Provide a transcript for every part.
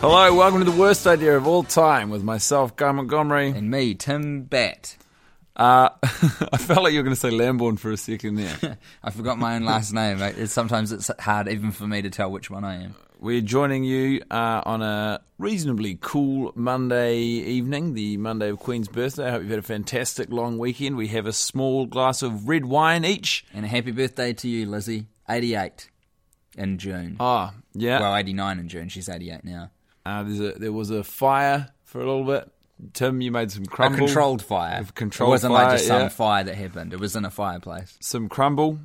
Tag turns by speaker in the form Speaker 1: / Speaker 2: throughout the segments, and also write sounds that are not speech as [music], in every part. Speaker 1: Hello, welcome to the worst idea of all time with myself, Guy Montgomery.
Speaker 2: And me, Tim Bat.
Speaker 1: Uh, [laughs] I felt like you were going to say Lamborn for a second
Speaker 2: [laughs]
Speaker 1: there.
Speaker 2: I forgot my
Speaker 1: [laughs]
Speaker 2: own last name. Like, it's, sometimes it's hard even for me to tell which one I am.
Speaker 1: We're joining you uh, on a reasonably cool Monday evening, the Monday of Queen's birthday. I hope you've had a fantastic long weekend. We have a small glass of red wine each.
Speaker 2: And a happy birthday to you, Lizzie. 88 in June.
Speaker 1: Ah, yeah.
Speaker 2: Well, 89 in June. She's 88 now.
Speaker 1: Uh, there's a, there was a fire for a little bit. Tim, you made some
Speaker 2: A
Speaker 1: crumble.
Speaker 2: controlled fire.
Speaker 1: A controlled
Speaker 2: it wasn't like
Speaker 1: fire,
Speaker 2: just some
Speaker 1: yeah.
Speaker 2: fire that happened. It was in a fireplace.
Speaker 1: Some crumble.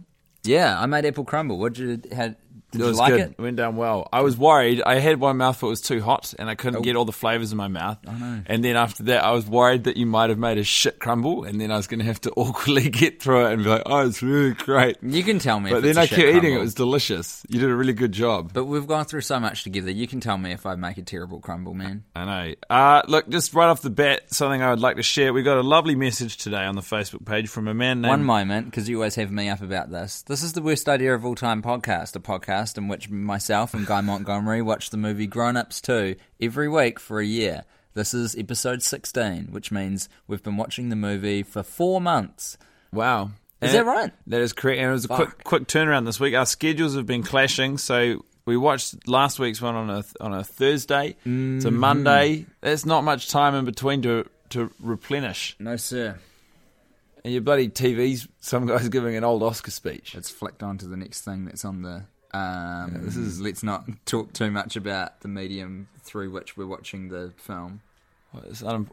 Speaker 2: Yeah, I made apple crumble. What did you, had, did
Speaker 1: It
Speaker 2: you
Speaker 1: was
Speaker 2: like
Speaker 1: good.
Speaker 2: it?
Speaker 1: went down well. I was worried. I had one mouthful. It was too hot, and I couldn't
Speaker 2: Oh.
Speaker 1: get all the flavors in my mouth. I know. And then after that, I was worried that you might have made a shit crumble, and then I was going to [laughs] have to awkwardly get through it and be like, "Oh, it's really great."
Speaker 2: You can tell me.
Speaker 1: But
Speaker 2: if
Speaker 1: then
Speaker 2: it's a
Speaker 1: I
Speaker 2: shit
Speaker 1: kept eating. It
Speaker 2: crumble.
Speaker 1: was delicious. You did a really good job.
Speaker 2: But we've gone through so much together. You can tell me if I make a terrible crumble, man.
Speaker 1: I know. Uh, look, just right off the bat, something I would like to share. We got a lovely message today on the Facebook page from a man named
Speaker 2: One moment, because you always have me up about this. This is the worst idea of all time podcast, a podcast in which myself and Guy Montgomery watch the movie Grown Ups 2 every week for a year. This is episode 16, which means we've been watching the movie for four months.
Speaker 1: Wow. And-
Speaker 2: Is that right?
Speaker 1: That is correct. And it was a quick
Speaker 2: Fuck.
Speaker 1: quick turnaround this week. Our schedules have been clashing, so we watched last week's one on a on a Thursday to
Speaker 2: Mm-hmm.
Speaker 1: Monday. There's not much time in between to to replenish.
Speaker 2: No, sir.
Speaker 1: And your bloody TV's some guy's giving an old Oscar speech.
Speaker 2: It's flicked on to the next thing that's on the. Um, this is. Let's not talk too much about the medium through which we're watching the film.
Speaker 1: Well, it's unim-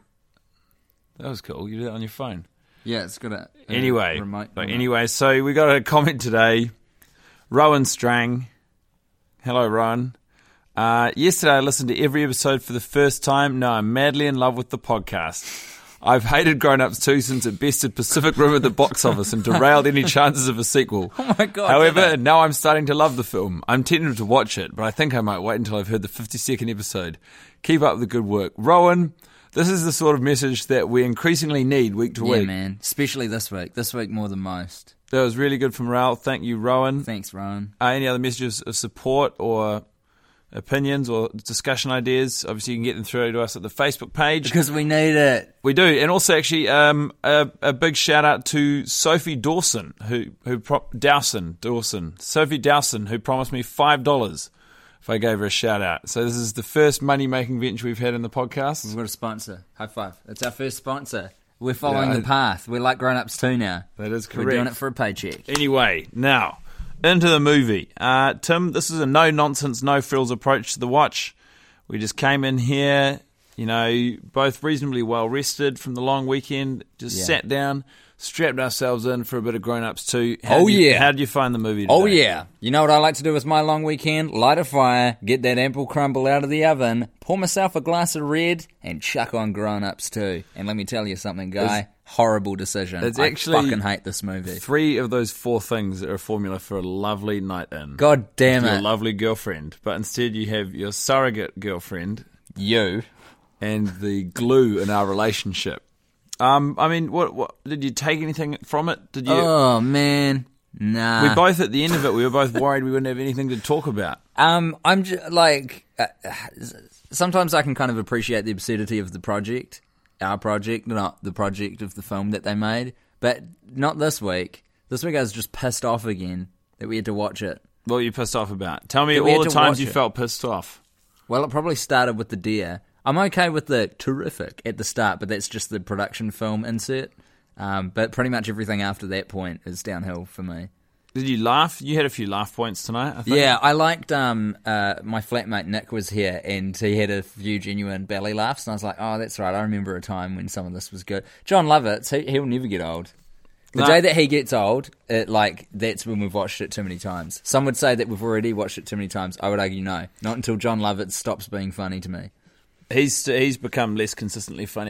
Speaker 1: that was cool. You did it on your phone.
Speaker 2: Yeah, it's got a. a
Speaker 1: Anyway,
Speaker 2: remote-
Speaker 1: but
Speaker 2: remote-
Speaker 1: anyway, so we got a comment today. Rowan Strang. Hello, Rowan. Uh, yesterday, I listened to every episode for the first time. Now I'm madly in love with the podcast. I've hated Grown Ups 2 since it bested Pacific Rim at the box office and derailed any chances of a sequel.
Speaker 2: [laughs] Oh my God,
Speaker 1: However,
Speaker 2: did it?
Speaker 1: now I'm starting to love the film. I'm tempted to watch it, but I think I might wait until I've heard the 52nd episode. Keep up the good work. Rowan, this is the sort of message that we increasingly need week to
Speaker 2: Yeah,
Speaker 1: week.
Speaker 2: man. Especially this week. This week more than most.
Speaker 1: That was really good from Raoul. Thank you, Rowan.
Speaker 2: Thanks, Rowan.
Speaker 1: Uh, any other messages of support or opinions or discussion ideas? Obviously, you can get them through to us at the Facebook page.
Speaker 2: Because we need it.
Speaker 1: We do, and also actually um, a, a big shout out to Sophie Dawson, who who pro- Dawson Dawson Sophie Dawson, who promised me five dollars if I gave her a shout out. So this is the first money making venture we've had in the podcast.
Speaker 2: We've got a sponsor. High five. It's our first sponsor. We're following
Speaker 1: Yeah, I-
Speaker 2: the path. We're like grown ups too now.
Speaker 1: That is
Speaker 2: We're doing
Speaker 1: correct.
Speaker 2: it for a paycheck.
Speaker 1: Anyway, now into the movie. Uh, Tim, this is a no nonsense, no frills approach to the watch. We just came in here, you know, both reasonably well rested from the long weekend. Just
Speaker 2: Yeah.
Speaker 1: sat down, strapped ourselves in for a bit of grown ups too.
Speaker 2: Oh,
Speaker 1: did you-
Speaker 2: yeah.
Speaker 1: How did you find the movie?
Speaker 2: Oh,
Speaker 1: today?
Speaker 2: yeah. You know what I like to do with my long weekend? Light a fire, get that ample crumble out of the oven, pour myself a glass of red, and chuck on grown ups too. And let me tell you something, guy. horrible decision.
Speaker 1: It's
Speaker 2: I
Speaker 1: actually-
Speaker 2: fucking hate this movie.
Speaker 1: Three of those four things are a formula for a lovely night in.
Speaker 2: God damn
Speaker 1: your
Speaker 2: it.
Speaker 1: lovely girlfriend, but instead you have your surrogate girlfriend
Speaker 2: you.
Speaker 1: and the glue in our relationship. Um, I mean, what, what did you take anything from it? Did you?
Speaker 2: Oh, man. Nah.
Speaker 1: we both at the end of it, we were both worried we wouldn't have anything to talk about.
Speaker 2: Um, I'm just like uh, uh, sometimes I can kind of appreciate the absurdity of the project, our project, not the project of the film that they made, but not this week. This week I was just pissed off again that we had to watch it.
Speaker 1: What were you pissed off about? Tell me
Speaker 2: That we
Speaker 1: all
Speaker 2: had
Speaker 1: the
Speaker 2: to
Speaker 1: times
Speaker 2: watch
Speaker 1: you
Speaker 2: it.
Speaker 1: felt pissed off.
Speaker 2: Well, it probably started with the deer. I'm okay with the terrific at the start, but that's just the production film insert. Um, but pretty much everything after that point is downhill for me.
Speaker 1: Did you laugh? You had a few laugh points tonight. I think.
Speaker 2: Yeah, I liked um uh my flatmate Nick was here and he had a few genuine belly laughs and I was like, Oh, that's right, I remember a time when some of this was good. John Lovitz, he he'll never get old. The
Speaker 1: No.
Speaker 2: day that he gets old, it, like that's when we've watched it too many times. Some would say that we've already watched it too many times. I would argue no. Not until John Lovitz stops being funny to me.
Speaker 1: he's he's become less consistently funny.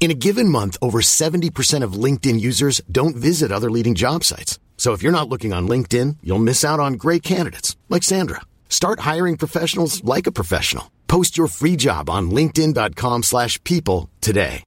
Speaker 3: In a given month, over 70% of LinkedIn users don't visit other leading job sites. So if you're not looking on LinkedIn, you'll miss out on great candidates like Sandra. Start hiring professionals like a professional. Post your free job on linkedin.com slash people today.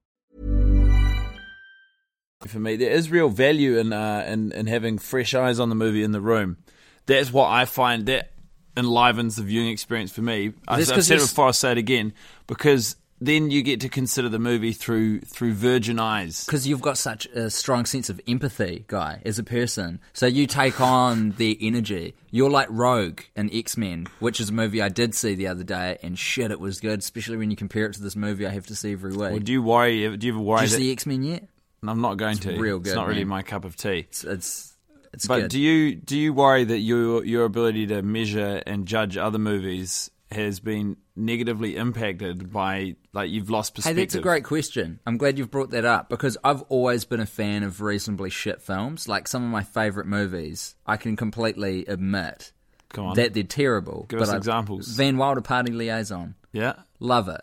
Speaker 1: for me. There is real value in uh, in in having fresh eyes on the movie in the room. That's what I find that enlivens the viewing experience for me. I,
Speaker 2: That's
Speaker 1: I've
Speaker 2: 'cause
Speaker 1: said it
Speaker 2: there's-
Speaker 1: before. I will say it again because then you get to consider the movie through through virgin eyes.
Speaker 2: because you've got such a strong sense of empathy, guy, as a person. So you take on their energy. You're like Rogue in X Men, which is a movie I did see the other day, and shit, it was good. Especially when you compare it to this movie I have to see every week.
Speaker 1: Or
Speaker 2: Did
Speaker 1: do you worry? Do you ever worry
Speaker 2: you
Speaker 1: that
Speaker 2: see X Men yet?
Speaker 1: And I'm not going to?
Speaker 2: real
Speaker 1: It's
Speaker 2: good,
Speaker 1: not really
Speaker 2: man.
Speaker 1: my cup of tea.
Speaker 2: It's it's, it's
Speaker 1: But
Speaker 2: good.
Speaker 1: do you do you worry that your your ability to measure and judge other movies has been negatively impacted by like you've lost
Speaker 2: Hey,
Speaker 1: perspective?
Speaker 2: that's a great question. I'm glad you've brought that up because I've always been a fan of reasonably shit films. Like some of my favourite movies, I can completely admit
Speaker 1: Come on,
Speaker 2: that they're terrible.
Speaker 1: Give
Speaker 2: but
Speaker 1: us
Speaker 2: I-
Speaker 1: examples.
Speaker 2: Van Wilder Party Liaison.
Speaker 1: yeah.
Speaker 2: Love it.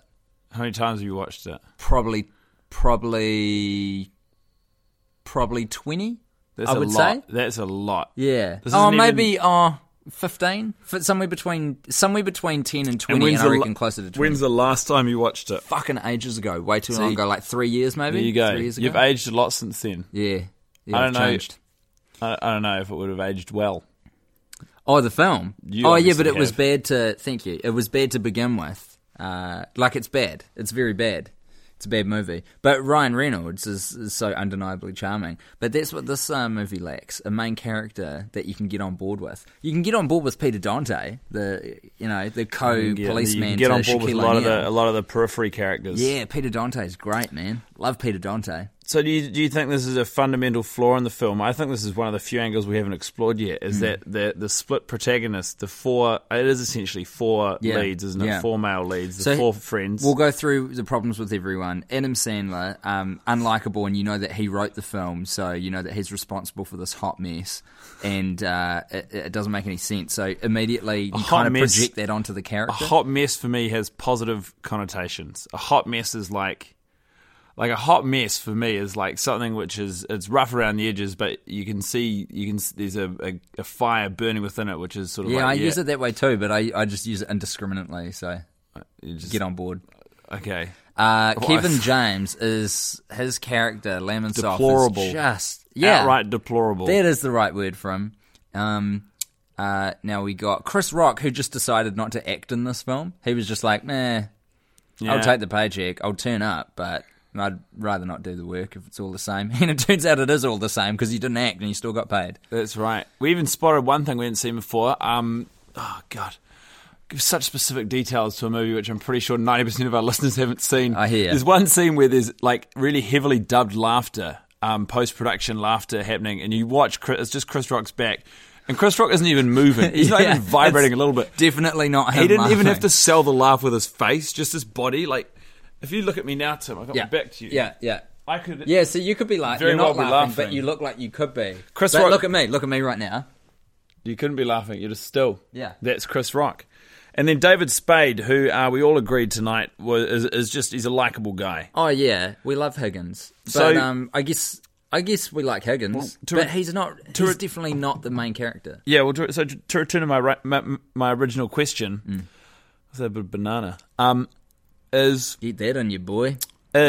Speaker 1: How many times have you watched it?
Speaker 2: Probably, probably, probably 20,
Speaker 1: That's
Speaker 2: I
Speaker 1: a
Speaker 2: would
Speaker 1: lot.
Speaker 2: say.
Speaker 1: That's a lot.
Speaker 2: Yeah.
Speaker 1: This
Speaker 2: Oh,
Speaker 1: isn't
Speaker 2: maybe, oh, 15? F- Somewhere between, somewhere between 10 and 20, and, I reckon closer to 20.
Speaker 1: When's the last time you watched it?
Speaker 2: Fucking ages ago. Way too
Speaker 1: See?
Speaker 2: long ago. Like three years, maybe?
Speaker 1: There you go.
Speaker 2: Three years ago.
Speaker 1: You've aged a lot since then.
Speaker 2: Yeah. yeah
Speaker 1: I
Speaker 2: I've
Speaker 1: don't know.
Speaker 2: Changed.
Speaker 1: I, I don't know if it would have aged well.
Speaker 2: Oh, the film.
Speaker 1: You
Speaker 2: oh, yeah,
Speaker 1: obviously
Speaker 2: but it was
Speaker 1: have.
Speaker 2: bad to. Thank you. It was bad to begin with. Uh, like it's bad. It's very bad. It's a bad movie. But Ryan Reynolds is, is so undeniably charming. But that's what this uh, movie lacks: a main character that you can get on board with. You can get on board with Peter Dante, the you know the
Speaker 1: Mm, Yeah,
Speaker 2: co-policeman.
Speaker 1: you can get
Speaker 2: to
Speaker 1: on board with a
Speaker 2: Shaquille
Speaker 1: lot of
Speaker 2: O'Neal.
Speaker 1: the a lot of the periphery characters.
Speaker 2: Yeah, Peter Dante's great, man. Love Peter Dante.
Speaker 1: So do you, do you think this is a fundamental flaw in the film? I think this is one of the few angles we haven't explored yet.
Speaker 2: Hmm.
Speaker 1: Is that the the split protagonist, the four? It is essentially four
Speaker 2: Yeah,
Speaker 1: leads, isn't it?
Speaker 2: yeah.
Speaker 1: Four male leads, the four friends.
Speaker 2: We'll go through the problems with everyone. Adam Sandler, um, unlikable, and you know that he wrote the film, so you know that he's responsible for this hot mess, and uh, it, it doesn't make any sense. So immediately you
Speaker 1: hot
Speaker 2: kind of
Speaker 1: mess-
Speaker 2: project that onto the
Speaker 1: a
Speaker 2: character.
Speaker 1: hot mess for me has positive connotations. A hot mess is like like a hot mess for me is like something which is it's rough around the edges, but you can see you can s- there's a, a, a fire burning within it, which is sort of
Speaker 2: yeah,
Speaker 1: like,
Speaker 2: I use it that way too, but I, I just use it indiscriminately. So
Speaker 1: Uh, you just-
Speaker 2: get on board.
Speaker 1: Okay,
Speaker 2: Uh,
Speaker 1: Well,
Speaker 2: Kevin
Speaker 1: I-
Speaker 2: James is his character Lemon Soft is
Speaker 1: Deplorable.
Speaker 2: just yeah,
Speaker 1: outright deplorable.
Speaker 2: That is the right word for him. Um, uh, now we got Chris Rock, who just decided not to act in this film. He was just like, "Meh,
Speaker 1: Yeah.
Speaker 2: I'll take the paycheck. I'll turn up, but I'd rather not do the work if it's all the same." [laughs] And it turns out it is all the same because you didn't act and you still got paid.
Speaker 1: That's right. We even spotted one thing we hadn't seen before. Um, oh god, give such specific details to a movie which I'm pretty sure 90 percent of our [laughs] listeners haven't seen.
Speaker 2: I hear.
Speaker 1: There's one scene where there's like really heavily dubbed laughter, um, post production laughter happening, and you watch Chris, it's just Chris Rock's back, and Chris Rock isn't even moving.
Speaker 2: [laughs]
Speaker 1: He's not
Speaker 2: Yeah,
Speaker 1: even vibrating a
Speaker 2: it's
Speaker 1: little bit.
Speaker 2: Definitely not. Him
Speaker 1: He didn't even have
Speaker 2: laughing.
Speaker 1: to sell the laugh with his face, just his body. Like, if you look at me now, Tim, I got
Speaker 2: Yeah,
Speaker 1: my back to you.
Speaker 2: Yeah, yeah.
Speaker 1: I could.
Speaker 2: Yeah, so you could be like
Speaker 1: Very
Speaker 2: you're not
Speaker 1: well be
Speaker 2: laughing,
Speaker 1: laughing.
Speaker 2: but you look like you could be.
Speaker 1: Chris
Speaker 2: But
Speaker 1: Rock-
Speaker 2: look at me, look at me right now.
Speaker 1: You couldn't be laughing. You're just still.
Speaker 2: Yeah.
Speaker 1: That's Chris Rock. And then David Spade, who uh, we all agreed tonight was, is, is just, he's a likable guy.
Speaker 2: Oh yeah, we love Higgins. But
Speaker 1: So-
Speaker 2: um, I guess I guess we like Higgins,
Speaker 1: to
Speaker 2: but
Speaker 1: re-
Speaker 2: he's not.
Speaker 1: to
Speaker 2: he's
Speaker 1: re-
Speaker 2: definitely not the main character.
Speaker 1: Yeah, well, to, so to, to return to my, ri- my, my original question,
Speaker 2: Mm.
Speaker 1: was that a bit of banana? Um, is
Speaker 2: Get that on you, boy.
Speaker 1: is,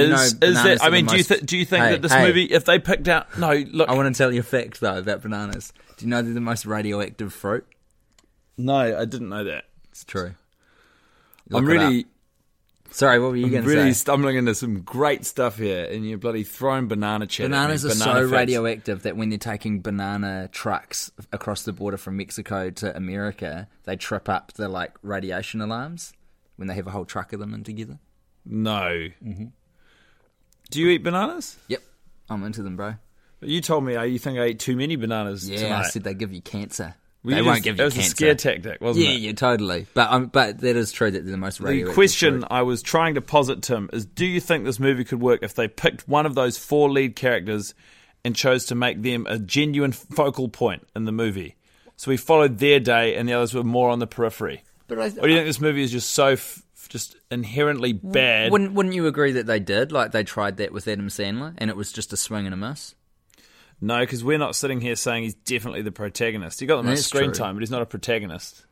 Speaker 2: You know,
Speaker 1: is
Speaker 2: bananas
Speaker 1: that? I
Speaker 2: are the
Speaker 1: mean, do you
Speaker 2: most-
Speaker 1: th- do you think
Speaker 2: Hey,
Speaker 1: that this
Speaker 2: hey,
Speaker 1: movie, if they picked out, no, look,
Speaker 2: I want to tell you a fact though about bananas. Do you know they're the most radioactive fruit?
Speaker 1: no, I didn't know that.
Speaker 2: It's true.
Speaker 1: I'm
Speaker 2: Look it
Speaker 1: really,
Speaker 2: up. sorry. What were you going to
Speaker 1: really
Speaker 2: say?
Speaker 1: stumbling into some great stuff here, and you're bloody throwing banana chatter. at me,
Speaker 2: Bananas are
Speaker 1: banana
Speaker 2: so
Speaker 1: facts.
Speaker 2: radioactive that when they're taking banana trucks across the border from Mexico to America, they trip up the like Mm-hmm. radiation alarms when they have a whole truck of them in together.
Speaker 1: No. Do you eat bananas?
Speaker 2: Yep, I'm into them, bro.
Speaker 1: You told me uh, you think I ate too many bananas
Speaker 2: Yeah,
Speaker 1: tonight.
Speaker 2: I said they give you cancer.
Speaker 1: Well,
Speaker 2: they
Speaker 1: you
Speaker 2: won't
Speaker 1: just-
Speaker 2: give
Speaker 1: It
Speaker 2: you
Speaker 1: was
Speaker 2: cancer.
Speaker 1: a scare tactic, wasn't
Speaker 2: yeah,
Speaker 1: it?
Speaker 2: yeah, totally. But um, but that is true that they're the most
Speaker 1: The
Speaker 2: radioactive.
Speaker 1: question
Speaker 2: fruit.
Speaker 1: I was trying to posit, Tim, is do you think this movie could work if they picked one of those four lead characters and chose to make them a genuine focal point in the movie? So we followed their day and the others were more on the periphery.
Speaker 2: But I,
Speaker 1: Or do you think this movie is just so f- just inherently bad?
Speaker 2: Wouldn't wouldn't you agree that they did? Like they tried that with Adam Sandler, and it was just a swing and a miss.
Speaker 1: No, because we're not sitting here saying he's definitely the protagonist. He got the most
Speaker 2: That's
Speaker 1: screen
Speaker 2: true.
Speaker 1: time, but he's not a protagonist.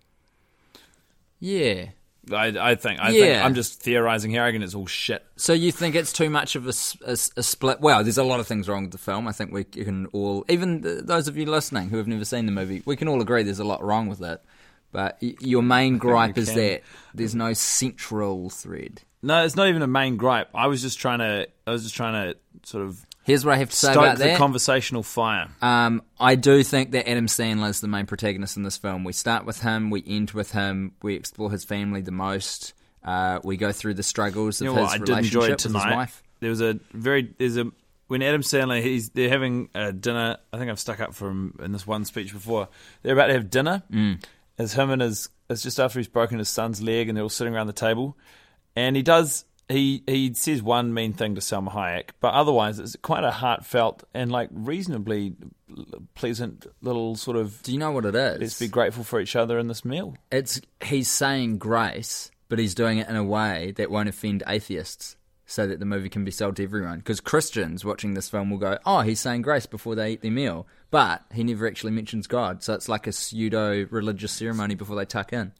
Speaker 2: Yeah.
Speaker 1: I, I think. I think
Speaker 2: Yeah.
Speaker 1: I'm just theorizing here. I reckon it's all shit.
Speaker 2: So you think it's too much of a, s- a s- a split? Well, there's a lot of things wrong with the film. I think we c- can all, even th- those of you listening who have never seen the movie, we can all agree there's a lot wrong with it. But y- your main gripe is
Speaker 1: can.
Speaker 2: that there's no central thread.
Speaker 1: No, it's not even a main gripe. I was just trying to. I was just trying to sort of
Speaker 2: Here's what I have to say
Speaker 1: stoke
Speaker 2: about
Speaker 1: the
Speaker 2: that.
Speaker 1: conversational fire.
Speaker 2: Um, I do think that Adam Sandler is the main protagonist in this film. We start with him, we end with him, we explore his family the most. Uh, we go through the struggles of
Speaker 1: you know
Speaker 2: his
Speaker 1: what? I did
Speaker 2: relationship
Speaker 1: enjoy it
Speaker 2: with his
Speaker 1: tonight.
Speaker 2: wife.
Speaker 1: There was a very there's a when Adam Sandler he's they're having a dinner. I think I've stuck up for him in this one speech before. They're about to have dinner. Mm. It's him and his it's just after he's broken his son's leg and they're all sitting around the table. And he does he he says one mean thing to Selma Hayek, but otherwise it's quite a heartfelt and like reasonably pleasant little sort of
Speaker 2: Do you know what it is?
Speaker 1: let's be grateful for each other in this meal.
Speaker 2: it's he's saying grace, but he's doing it in a way that won't offend atheists, so that the movie can be sold to everyone. Because Christians watching this film will go, "Oh, he's saying grace before they eat their meal," but he never actually mentions God, so it's like a pseudo religious ceremony before they tuck in.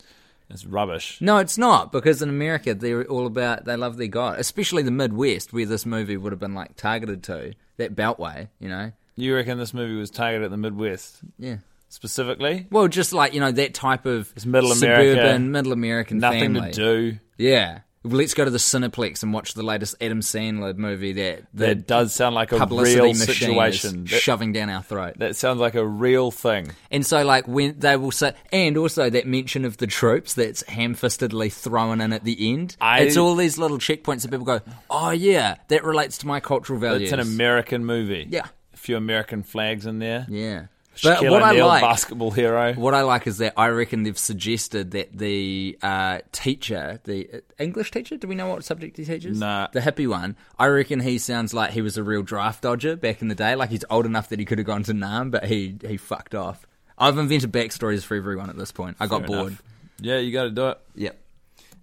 Speaker 1: It's rubbish.
Speaker 2: No, it's not because in America they're all about they love their God, especially the Midwest where this movie would have been like targeted to that Beltway, you know.
Speaker 1: You reckon this movie was targeted at the Midwest
Speaker 2: Yeah.
Speaker 1: specifically?
Speaker 2: Well, just like you know that type of
Speaker 1: It's middle America.
Speaker 2: suburban middle American
Speaker 1: Nothing
Speaker 2: family.
Speaker 1: to do.
Speaker 2: Yeah. Well, let's go to the Cineplex and watch the latest Adam Sandler movie that the
Speaker 1: That does sound like a
Speaker 2: publicity
Speaker 1: real
Speaker 2: machine
Speaker 1: situation.
Speaker 2: is
Speaker 1: That,
Speaker 2: shoving down our throat.
Speaker 1: that sounds like a real thing.
Speaker 2: and so, like when they will say, and also that mention of the troops that's ham-fistedly thrown in at the end.
Speaker 1: I-
Speaker 2: it's all these little checkpoints that people go, "Oh yeah, that relates to my cultural values."
Speaker 1: It's an American movie.
Speaker 2: Yeah.
Speaker 1: A few American flags in there.
Speaker 2: yeah.
Speaker 1: Shaquille
Speaker 2: But what I
Speaker 1: O'Neal,
Speaker 2: like,
Speaker 1: basketball hero.
Speaker 2: what I like is that I reckon they've suggested that the uh, teacher, the uh, English teacher, do we know what subject he teaches?
Speaker 1: Nah.
Speaker 2: The hippie one. I reckon he sounds like he was a real draft dodger back in the day. Like he's old enough that he could have gone to NAM, but he, he fucked off. I've invented backstories for everyone at this point. I got
Speaker 1: Fair
Speaker 2: bored.
Speaker 1: enough. Yeah, you got to do it.
Speaker 2: Yep.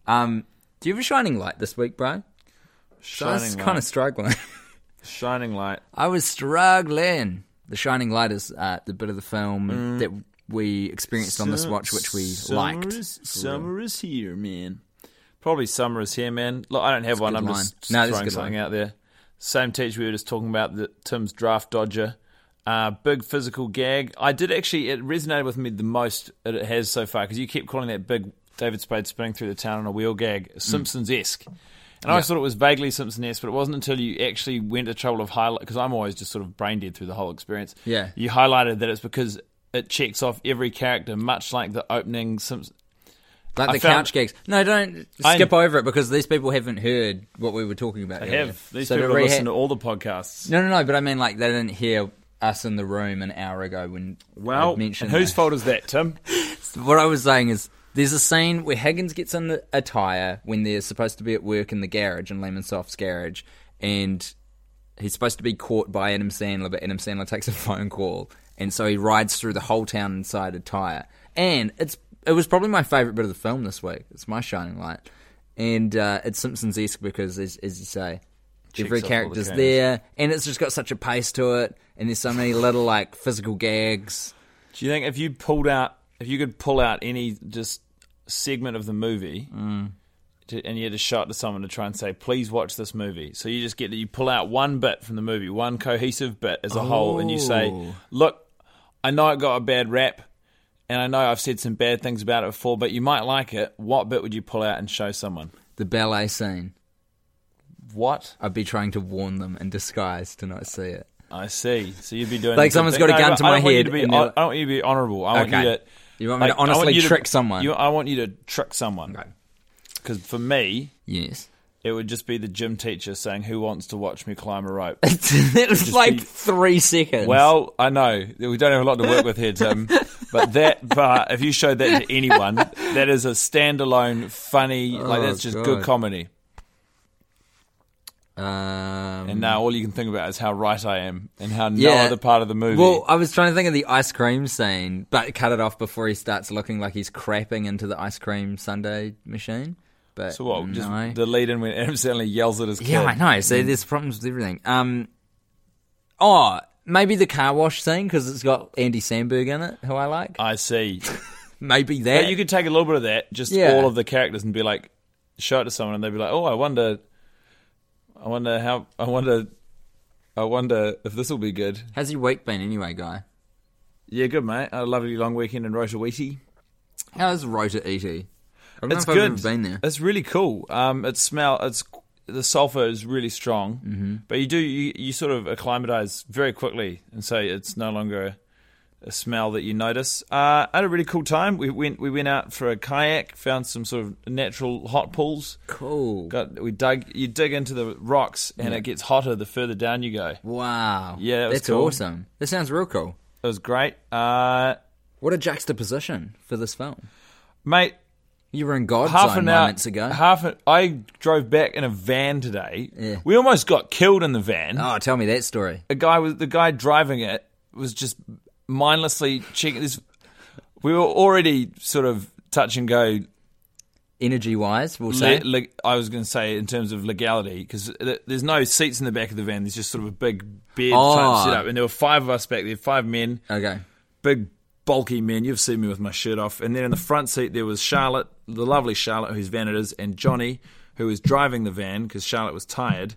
Speaker 2: Um, do you have a shining light this week, bro? I was
Speaker 1: Shining light.
Speaker 2: kind of struggling. [laughs]
Speaker 1: Shining light.
Speaker 2: I was struggling. The shining light is uh, the bit of the film
Speaker 1: Mm.
Speaker 2: that we experienced on this watch, which we
Speaker 1: Summer
Speaker 2: liked.
Speaker 1: Is, summer is here, man. Probably summer is here, man. Look, I don't have
Speaker 2: a
Speaker 1: one.
Speaker 2: good
Speaker 1: I'm
Speaker 2: line.
Speaker 1: just, just
Speaker 2: No, that's a
Speaker 1: throwing
Speaker 2: good
Speaker 1: something
Speaker 2: line.
Speaker 1: out there. Same teacher we were just talking about, the, Tim's draft dodger. Uh, big physical gag. I did actually, it resonated with me the most that it has so far because you kept calling that big David Spade spinning through the town on a wheel gag
Speaker 2: Mm.
Speaker 1: Simpsons esque. And I always thought it was vaguely Simpson esque, but it wasn't until you actually went to trouble of highlight because I'm always just sort of brain dead through the whole experience.
Speaker 2: Yeah.
Speaker 1: You highlighted that it's because it checks off every character, much like the opening Simpsons.
Speaker 2: Like
Speaker 1: I
Speaker 2: the
Speaker 1: found-
Speaker 2: couch gigs. No, don't
Speaker 1: I-
Speaker 2: skip over it because these people haven't heard what we were talking about.
Speaker 1: I
Speaker 2: earlier.
Speaker 1: have. These
Speaker 2: So to
Speaker 1: people
Speaker 2: reha-
Speaker 1: listen to all the podcasts.
Speaker 2: No, no, no. But I mean, like they didn't hear us in the room an hour ago when
Speaker 1: Well,
Speaker 2: I mentioned
Speaker 1: and whose
Speaker 2: that.
Speaker 1: fault is that, Tim?
Speaker 2: What I was saying is, there's a scene where Higgins gets in the attire when they're supposed to be at work in the garage in Lehman Soft's garage, and he's supposed to be caught by Adam Sandler, but Adam Sandler takes a [laughs] phone call, and so he rides through the whole town inside a tire. And it's it was probably my favorite bit of the film this week. It's my shining light, and uh, it's Simpsons esque because, as, as you say, every
Speaker 1: off all the
Speaker 2: character's
Speaker 1: characters.
Speaker 2: there, and it's just got such a pace to it, and there's so many little like physical gags.
Speaker 1: Do you think if you pulled out, if you could pull out any just segment of the movie, to, and you had to show it to someone to try and say, "Please watch this movie," so you just get you pull out one bit from the movie, one cohesive bit as a whole, and you say,
Speaker 2: Oh.
Speaker 1: "Look, I know it got a bad rap." And I know I've said some bad things about it before, but you might like it. What bit would you pull out and show someone?
Speaker 2: The ballet scene.
Speaker 1: What?
Speaker 2: I'd be trying to warn them in disguise to not see it.
Speaker 1: I see. So you'd be doing the good
Speaker 2: Like someone's
Speaker 1: thing.
Speaker 2: got a gun
Speaker 1: but
Speaker 2: to
Speaker 1: I
Speaker 2: my
Speaker 1: don't want you
Speaker 2: head
Speaker 1: to be-
Speaker 2: and
Speaker 1: I,
Speaker 2: they're-
Speaker 1: I don't want you to be honourable. I want you
Speaker 2: Okay.
Speaker 1: to.
Speaker 2: You want me to
Speaker 1: I want
Speaker 2: honestly
Speaker 1: you
Speaker 2: trick someone?
Speaker 1: You, I want you to trick someone.
Speaker 2: Okay. [laughs]
Speaker 1: Because for me,
Speaker 2: Yes.
Speaker 1: it would just be the gym teacher saying, "Who wants to watch me climb a
Speaker 2: [laughs]
Speaker 1: rope?"
Speaker 2: it was like
Speaker 1: be-
Speaker 2: three seconds.
Speaker 1: Well, I know we don't have a lot to work with here, Tim. But
Speaker 2: [laughs]
Speaker 1: that, but if you showed that to anyone, that is a standalone funny. like that's just good
Speaker 2: Oh, God.
Speaker 1: comedy.
Speaker 2: um,
Speaker 1: And now all you can think about is how right I am, and how no
Speaker 2: Yeah.
Speaker 1: other part of the movie.
Speaker 2: well, I was trying to think of the ice cream scene, but cut it off before he starts looking like he's crapping into the ice cream sundae machine. But
Speaker 1: so what? Just
Speaker 2: no.
Speaker 1: the Mm. lead in when Adam Sandler yells at his kid.
Speaker 2: Yeah, I know. So there's problems with everything. Um, oh, maybe the car wash scene because it's got Andy Sandberg in it, who I like.
Speaker 1: I see.
Speaker 2: Maybe that.
Speaker 1: But you could take a little bit of that, just
Speaker 2: Yeah.
Speaker 1: all of the characters, and be like, show it to someone, and they'd be like, "Oh, I wonder, I wonder how, I wonder, I wonder if this will be good."
Speaker 2: How's your week been anyway, guy?
Speaker 1: Yeah, good mate. Had A lovely long weekend in Rotowiti.
Speaker 2: How's Rota Iti? I don't
Speaker 1: It's
Speaker 2: know if
Speaker 1: good.
Speaker 2: I've ever been there.
Speaker 1: It's really cool. Um, it smell. It's the sulfur is really strong, mm-hmm. but you do you, you sort of acclimatize very quickly, and so it's no longer a smell that you notice. Uh, I had a really cool time. We went we went out for a kayak, found some sort of natural hot pools.
Speaker 2: Cool.
Speaker 1: Got we dug you dig into the rocks, and it gets hotter the further down you go.
Speaker 2: Wow.
Speaker 1: Yeah, it was
Speaker 2: that's
Speaker 1: cool.
Speaker 2: awesome. That sounds real cool.
Speaker 1: It was great, uh,
Speaker 2: What a juxtaposition for this film.
Speaker 1: mate.
Speaker 2: You were in God's
Speaker 1: half
Speaker 2: Zone
Speaker 1: an hour
Speaker 2: moments ago.
Speaker 1: Half an, I drove back in a van today. We almost got killed in the van.
Speaker 2: oh, tell me that story.
Speaker 1: A guy was the guy driving it was just mindlessly checking this. We were already sort of touch and go.
Speaker 2: Energy wise, we'll
Speaker 1: le-
Speaker 2: say.
Speaker 1: le- I was going to say in terms of legality because there's no seats in the back of the van. There's just sort of a big bed
Speaker 2: Oh.
Speaker 1: type setup, and there were five of us back there, five men,
Speaker 2: okay.
Speaker 1: big bulky men. You've seen me with my shirt off, and then in the front seat there was Charlotte, the lovely Charlotte, whose van it is, and Johnny, who was driving the van because Charlotte was tired.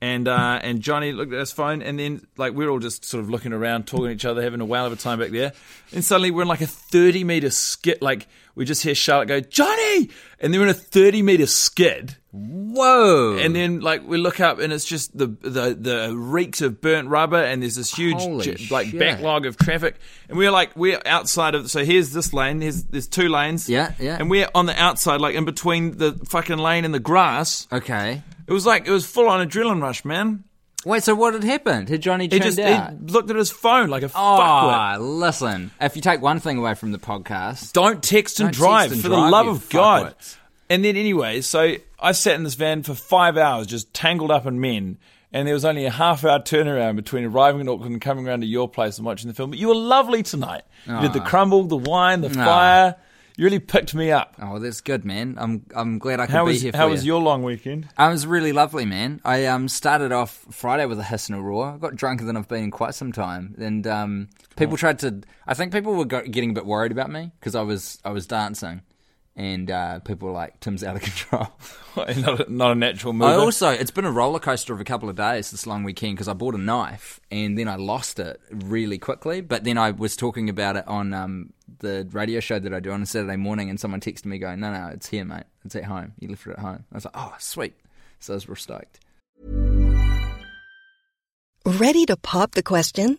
Speaker 1: And uh, and Johnny looked at his phone, and then like we are all just sort of looking around, talking to each other, having a whale of a time back there. And suddenly we're in like a thirty meter skid. Like we just hear Charlotte go, Johnny, and they're in a thirty meter skid.
Speaker 2: Whoa.
Speaker 1: And then like we look up and it's just the the the reeks of burnt rubber and there's this huge
Speaker 2: Holy
Speaker 1: j- like
Speaker 2: shit.
Speaker 1: backlog of traffic and we're like we're outside of so here's this lane there's there's two lanes
Speaker 2: Yeah, yeah.
Speaker 1: and we're on the outside like in between the fucking lane and the grass
Speaker 2: okay.
Speaker 1: it was like it was full on adrenaline rush man
Speaker 2: Wait, so what had happened? Had Johnny
Speaker 1: he
Speaker 2: tuned
Speaker 1: just
Speaker 2: out?
Speaker 1: he looked at his phone like a fuckwit
Speaker 2: oh, listen. If you take one thing away from the podcast,
Speaker 1: don't text and
Speaker 2: Don't text
Speaker 1: drive
Speaker 2: and
Speaker 1: for the
Speaker 2: drive,
Speaker 1: love
Speaker 2: you
Speaker 1: of God
Speaker 2: fuckwits.
Speaker 1: and then anyway so I sat in this van for five hours just tangled up in men and there was only a half hour turnaround between arriving in Auckland and coming around to your place and watching the film. But you were lovely tonight. You
Speaker 2: Ah.
Speaker 1: did the crumble, the wine, the fire. You really picked me up.
Speaker 2: oh, that's good, man. I'm I'm glad I could
Speaker 1: How
Speaker 2: be
Speaker 1: was
Speaker 2: here.
Speaker 1: how
Speaker 2: for
Speaker 1: was
Speaker 2: you.
Speaker 1: your long weekend? [laughs]
Speaker 2: I was Um, really lovely, man. I um started off Friday with a hiss and a roar. I got drunker than I've been in quite some time, and um people tried to. I think people were go- getting a bit worried about me because I was I was dancing, and uh, people were like Tim's out of [laughs] control.
Speaker 1: not, a, not a natural
Speaker 2: I
Speaker 1: mover.
Speaker 2: also, it's been a roller coaster of a couple of days this long weekend because I bought a knife and then I lost it really quickly. But then I was talking about it on um, the radio show that I do on a Saturday morning, and someone texted me going, "No, no, it's here, mate. It's at home. You left it at home." I was like, "Oh, sweet." So I was real stoked.
Speaker 4: Ready to pop the question?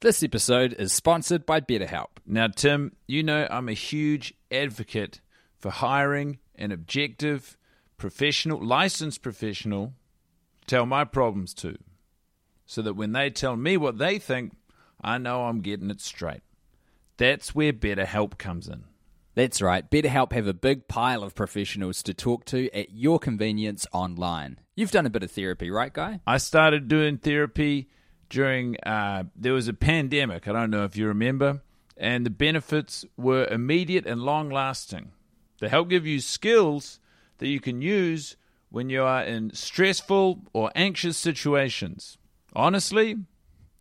Speaker 5: This episode is sponsored by BetterHelp.
Speaker 1: Now, Tim, you know I'm a huge advocate for hiring an objective, professional, licensed professional to tell my problems to, so that when they tell me what they think, I know I'm getting it straight. That's where BetterHelp comes in.
Speaker 5: That's right, BetterHelp have a big pile of professionals to talk to at your convenience online. You've done a bit of therapy, right, Guy?
Speaker 1: I started doing therapy during, uh, there was a pandemic. I don't know if you remember. And the benefits were immediate and long lasting. They help give you skills that you can use when you are in stressful or anxious situations. Honestly,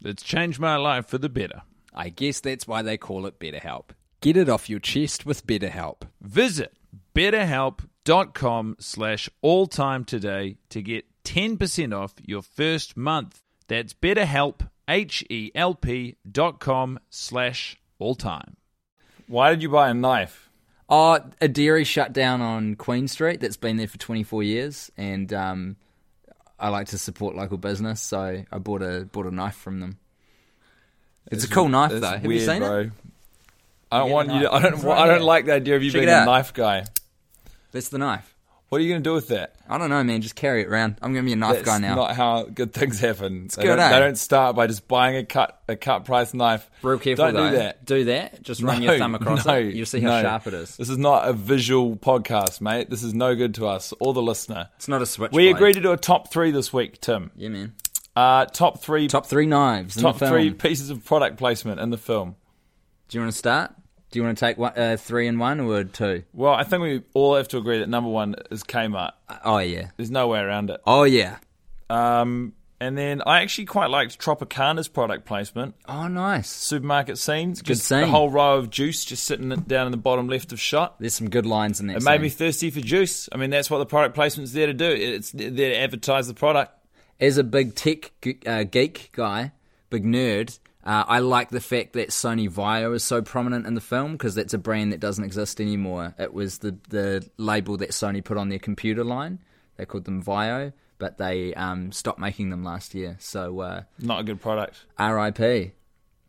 Speaker 1: it's changed my life for the better.
Speaker 5: I guess that's why they call it BetterHelp. Get it off your chest with BetterHelp.
Speaker 1: Visit betterhelp.com slash all time today to get 10% off your first month. That's betterhelp, H-E-L-P dot com slash all time. Why did you buy a knife?
Speaker 2: Oh, a dairy shut down on Queen Street that's been there for 24 years, and um, I like to support local business, so I bought a bought a knife from them. It's, a cool knife,
Speaker 1: That's
Speaker 2: though. Have
Speaker 1: weird,
Speaker 2: you seen
Speaker 1: bro.
Speaker 2: it?
Speaker 1: I don't
Speaker 2: Yeah,
Speaker 1: want you to,
Speaker 2: knife.
Speaker 1: I don't,
Speaker 2: It's
Speaker 1: wa-
Speaker 2: right
Speaker 1: I don't
Speaker 2: there.
Speaker 1: like the idea of you
Speaker 2: Check
Speaker 1: being
Speaker 2: it
Speaker 1: a
Speaker 2: out.
Speaker 1: knife guy.
Speaker 2: That's the knife.
Speaker 1: What are you going to do with that?
Speaker 2: I don't know, man. Just carry it around. I'm gonna be a knife
Speaker 1: That's
Speaker 2: guy now.
Speaker 1: not how good things happen. It's they,
Speaker 2: good,
Speaker 1: don't,
Speaker 2: eh?
Speaker 1: they don't start by just buying a cut a cut price knife.
Speaker 2: Real careful
Speaker 1: don't
Speaker 2: though.
Speaker 1: do that.
Speaker 2: Do that. Just run your thumb
Speaker 1: [laughs]
Speaker 2: across
Speaker 1: no,
Speaker 2: it. You'll see how
Speaker 1: no.
Speaker 2: sharp it is.
Speaker 1: This is not a visual podcast, mate. This is no good to us or the listener.
Speaker 2: It's not a switch.
Speaker 1: We agreed to do a top three this week, Tim.
Speaker 2: Yeah, man.
Speaker 1: Uh, top three,
Speaker 2: Top three knives. in the
Speaker 1: top three
Speaker 2: film.
Speaker 1: pieces of product placement in the film.
Speaker 2: Do you want to start? Do you want to take one, uh, three and one or two?
Speaker 1: Well, I think we all have to agree that number one is Kmart.
Speaker 2: Oh yeah.
Speaker 1: There's no way around it.
Speaker 2: Oh yeah.
Speaker 1: Um, and then I actually quite liked Tropicana's product placement.
Speaker 2: Oh nice.
Speaker 1: Supermarket scene,
Speaker 2: good
Speaker 1: just
Speaker 2: scene.
Speaker 1: the whole row of juice just sitting down in the bottom left of shot.
Speaker 2: There's some good lines in there.
Speaker 1: It made me thirsty for juice. I mean, that's what the product placement's there to do. It's there to advertise the product.
Speaker 2: as a big tech ge- uh, geek guy, big nerd, uh, I like the fact that Sony Vio is so prominent in the film because that's a brand that doesn't exist anymore. It was the the label that Sony put on their computer line. They called them Vio, but they um, stopped making them last year. So uh,
Speaker 1: Not a good product.
Speaker 2: R.I.P.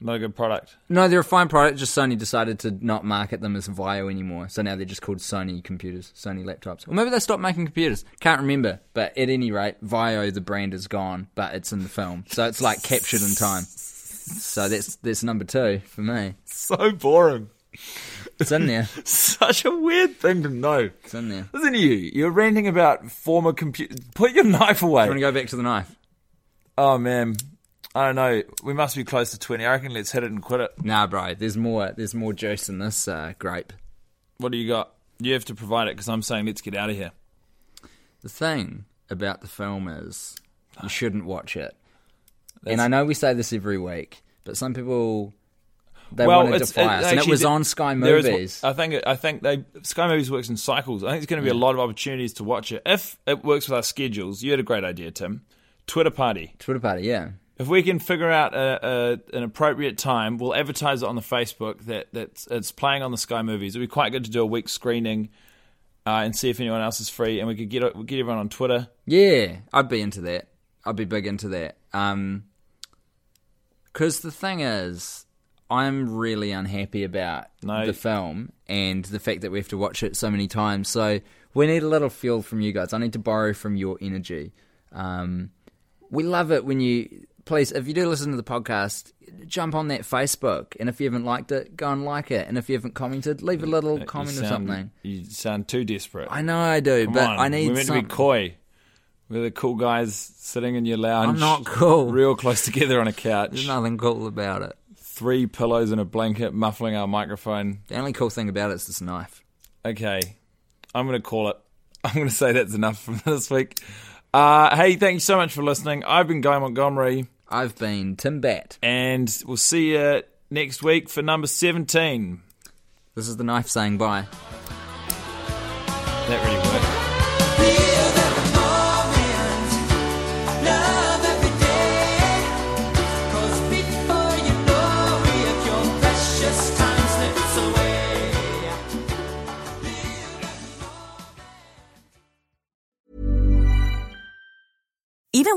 Speaker 1: Not a good product.
Speaker 2: No, they're a fine product. Just Sony decided to not market them as Vio anymore. So now they're just called Sony computers, Sony laptops. Or maybe they stopped making computers. Can't remember. But at any rate, Vio the brand is gone, but it's in the film, so it's like captured in time. So that's that's number two for me.
Speaker 1: [laughs] So boring.
Speaker 2: It's in there.
Speaker 1: Such a weird thing to know.
Speaker 2: It's
Speaker 1: [laughs]
Speaker 2: in there.
Speaker 1: Listen to you. You're ranting about former computer. Put your [laughs] knife
Speaker 2: I'm gonna
Speaker 1: away.
Speaker 2: go back to the knife.
Speaker 1: Oh man, I don't know. We must be close to twenty. I reckon let's hit it and quit it.
Speaker 2: Nah, bro. There's more. There's more juice in this uh, grape.
Speaker 1: What do you got? You have to provide it because I'm saying let's get out of here.
Speaker 2: The thing about the film is you shouldn't watch it. and I know we say this every week, but some people they want to
Speaker 1: it's-
Speaker 2: defy us. And it
Speaker 1: actually,
Speaker 2: was
Speaker 1: th-
Speaker 2: on Sky
Speaker 1: there is- uh,
Speaker 2: Movies.
Speaker 1: I think I think they Sky Movies works in cycles. I think there's going to be a lot of opportunities to watch it if it works with our schedules. You had a great idea, Tim. Twitter party.
Speaker 2: Twitter party, yeah.
Speaker 1: If we can figure out a, a, an appropriate time, we'll advertise it on the Facebook that that's it's playing on the Sky Movies. It'd be quite good to do a week screening uh, and see if anyone else is free, and we could get get everyone on Twitter.
Speaker 2: Yeah, I'd be into that. I'd be big into that. Um 'cause because the thing is, I'm really unhappy about
Speaker 1: No.
Speaker 2: the film and the fact that we have to watch it so many times. So we need a little fuel from you guys. I need to borrow from your energy. Um, we love it when you please if you do listen to the podcast jump on that facebook and if you haven't liked it go and like it and if you haven't commented leave a little
Speaker 1: You
Speaker 2: comment or
Speaker 1: sound-
Speaker 2: something
Speaker 1: You sound too desperate.
Speaker 2: i know i do
Speaker 1: Come
Speaker 2: but
Speaker 1: on,
Speaker 2: i need
Speaker 1: We're meant
Speaker 2: something.
Speaker 1: to be coy. We're the cool guys sitting in your lounge.
Speaker 2: I'm not cool.
Speaker 1: Real close together on a couch.
Speaker 2: there's nothing cool about it
Speaker 1: Three pillows and a blanket muffling our microphone.
Speaker 2: the only cool thing about it is this knife
Speaker 1: Okay, I'm going to call it. [laughs] I'm going to say that's enough for [laughs] this week. Uh, hey, thank you so much for listening. I've been Guy Montgomery,
Speaker 2: i've been tim bat
Speaker 1: and we'll see you next week for number 17.
Speaker 2: this is the knife saying bye
Speaker 1: That really worked.
Speaker 6: Even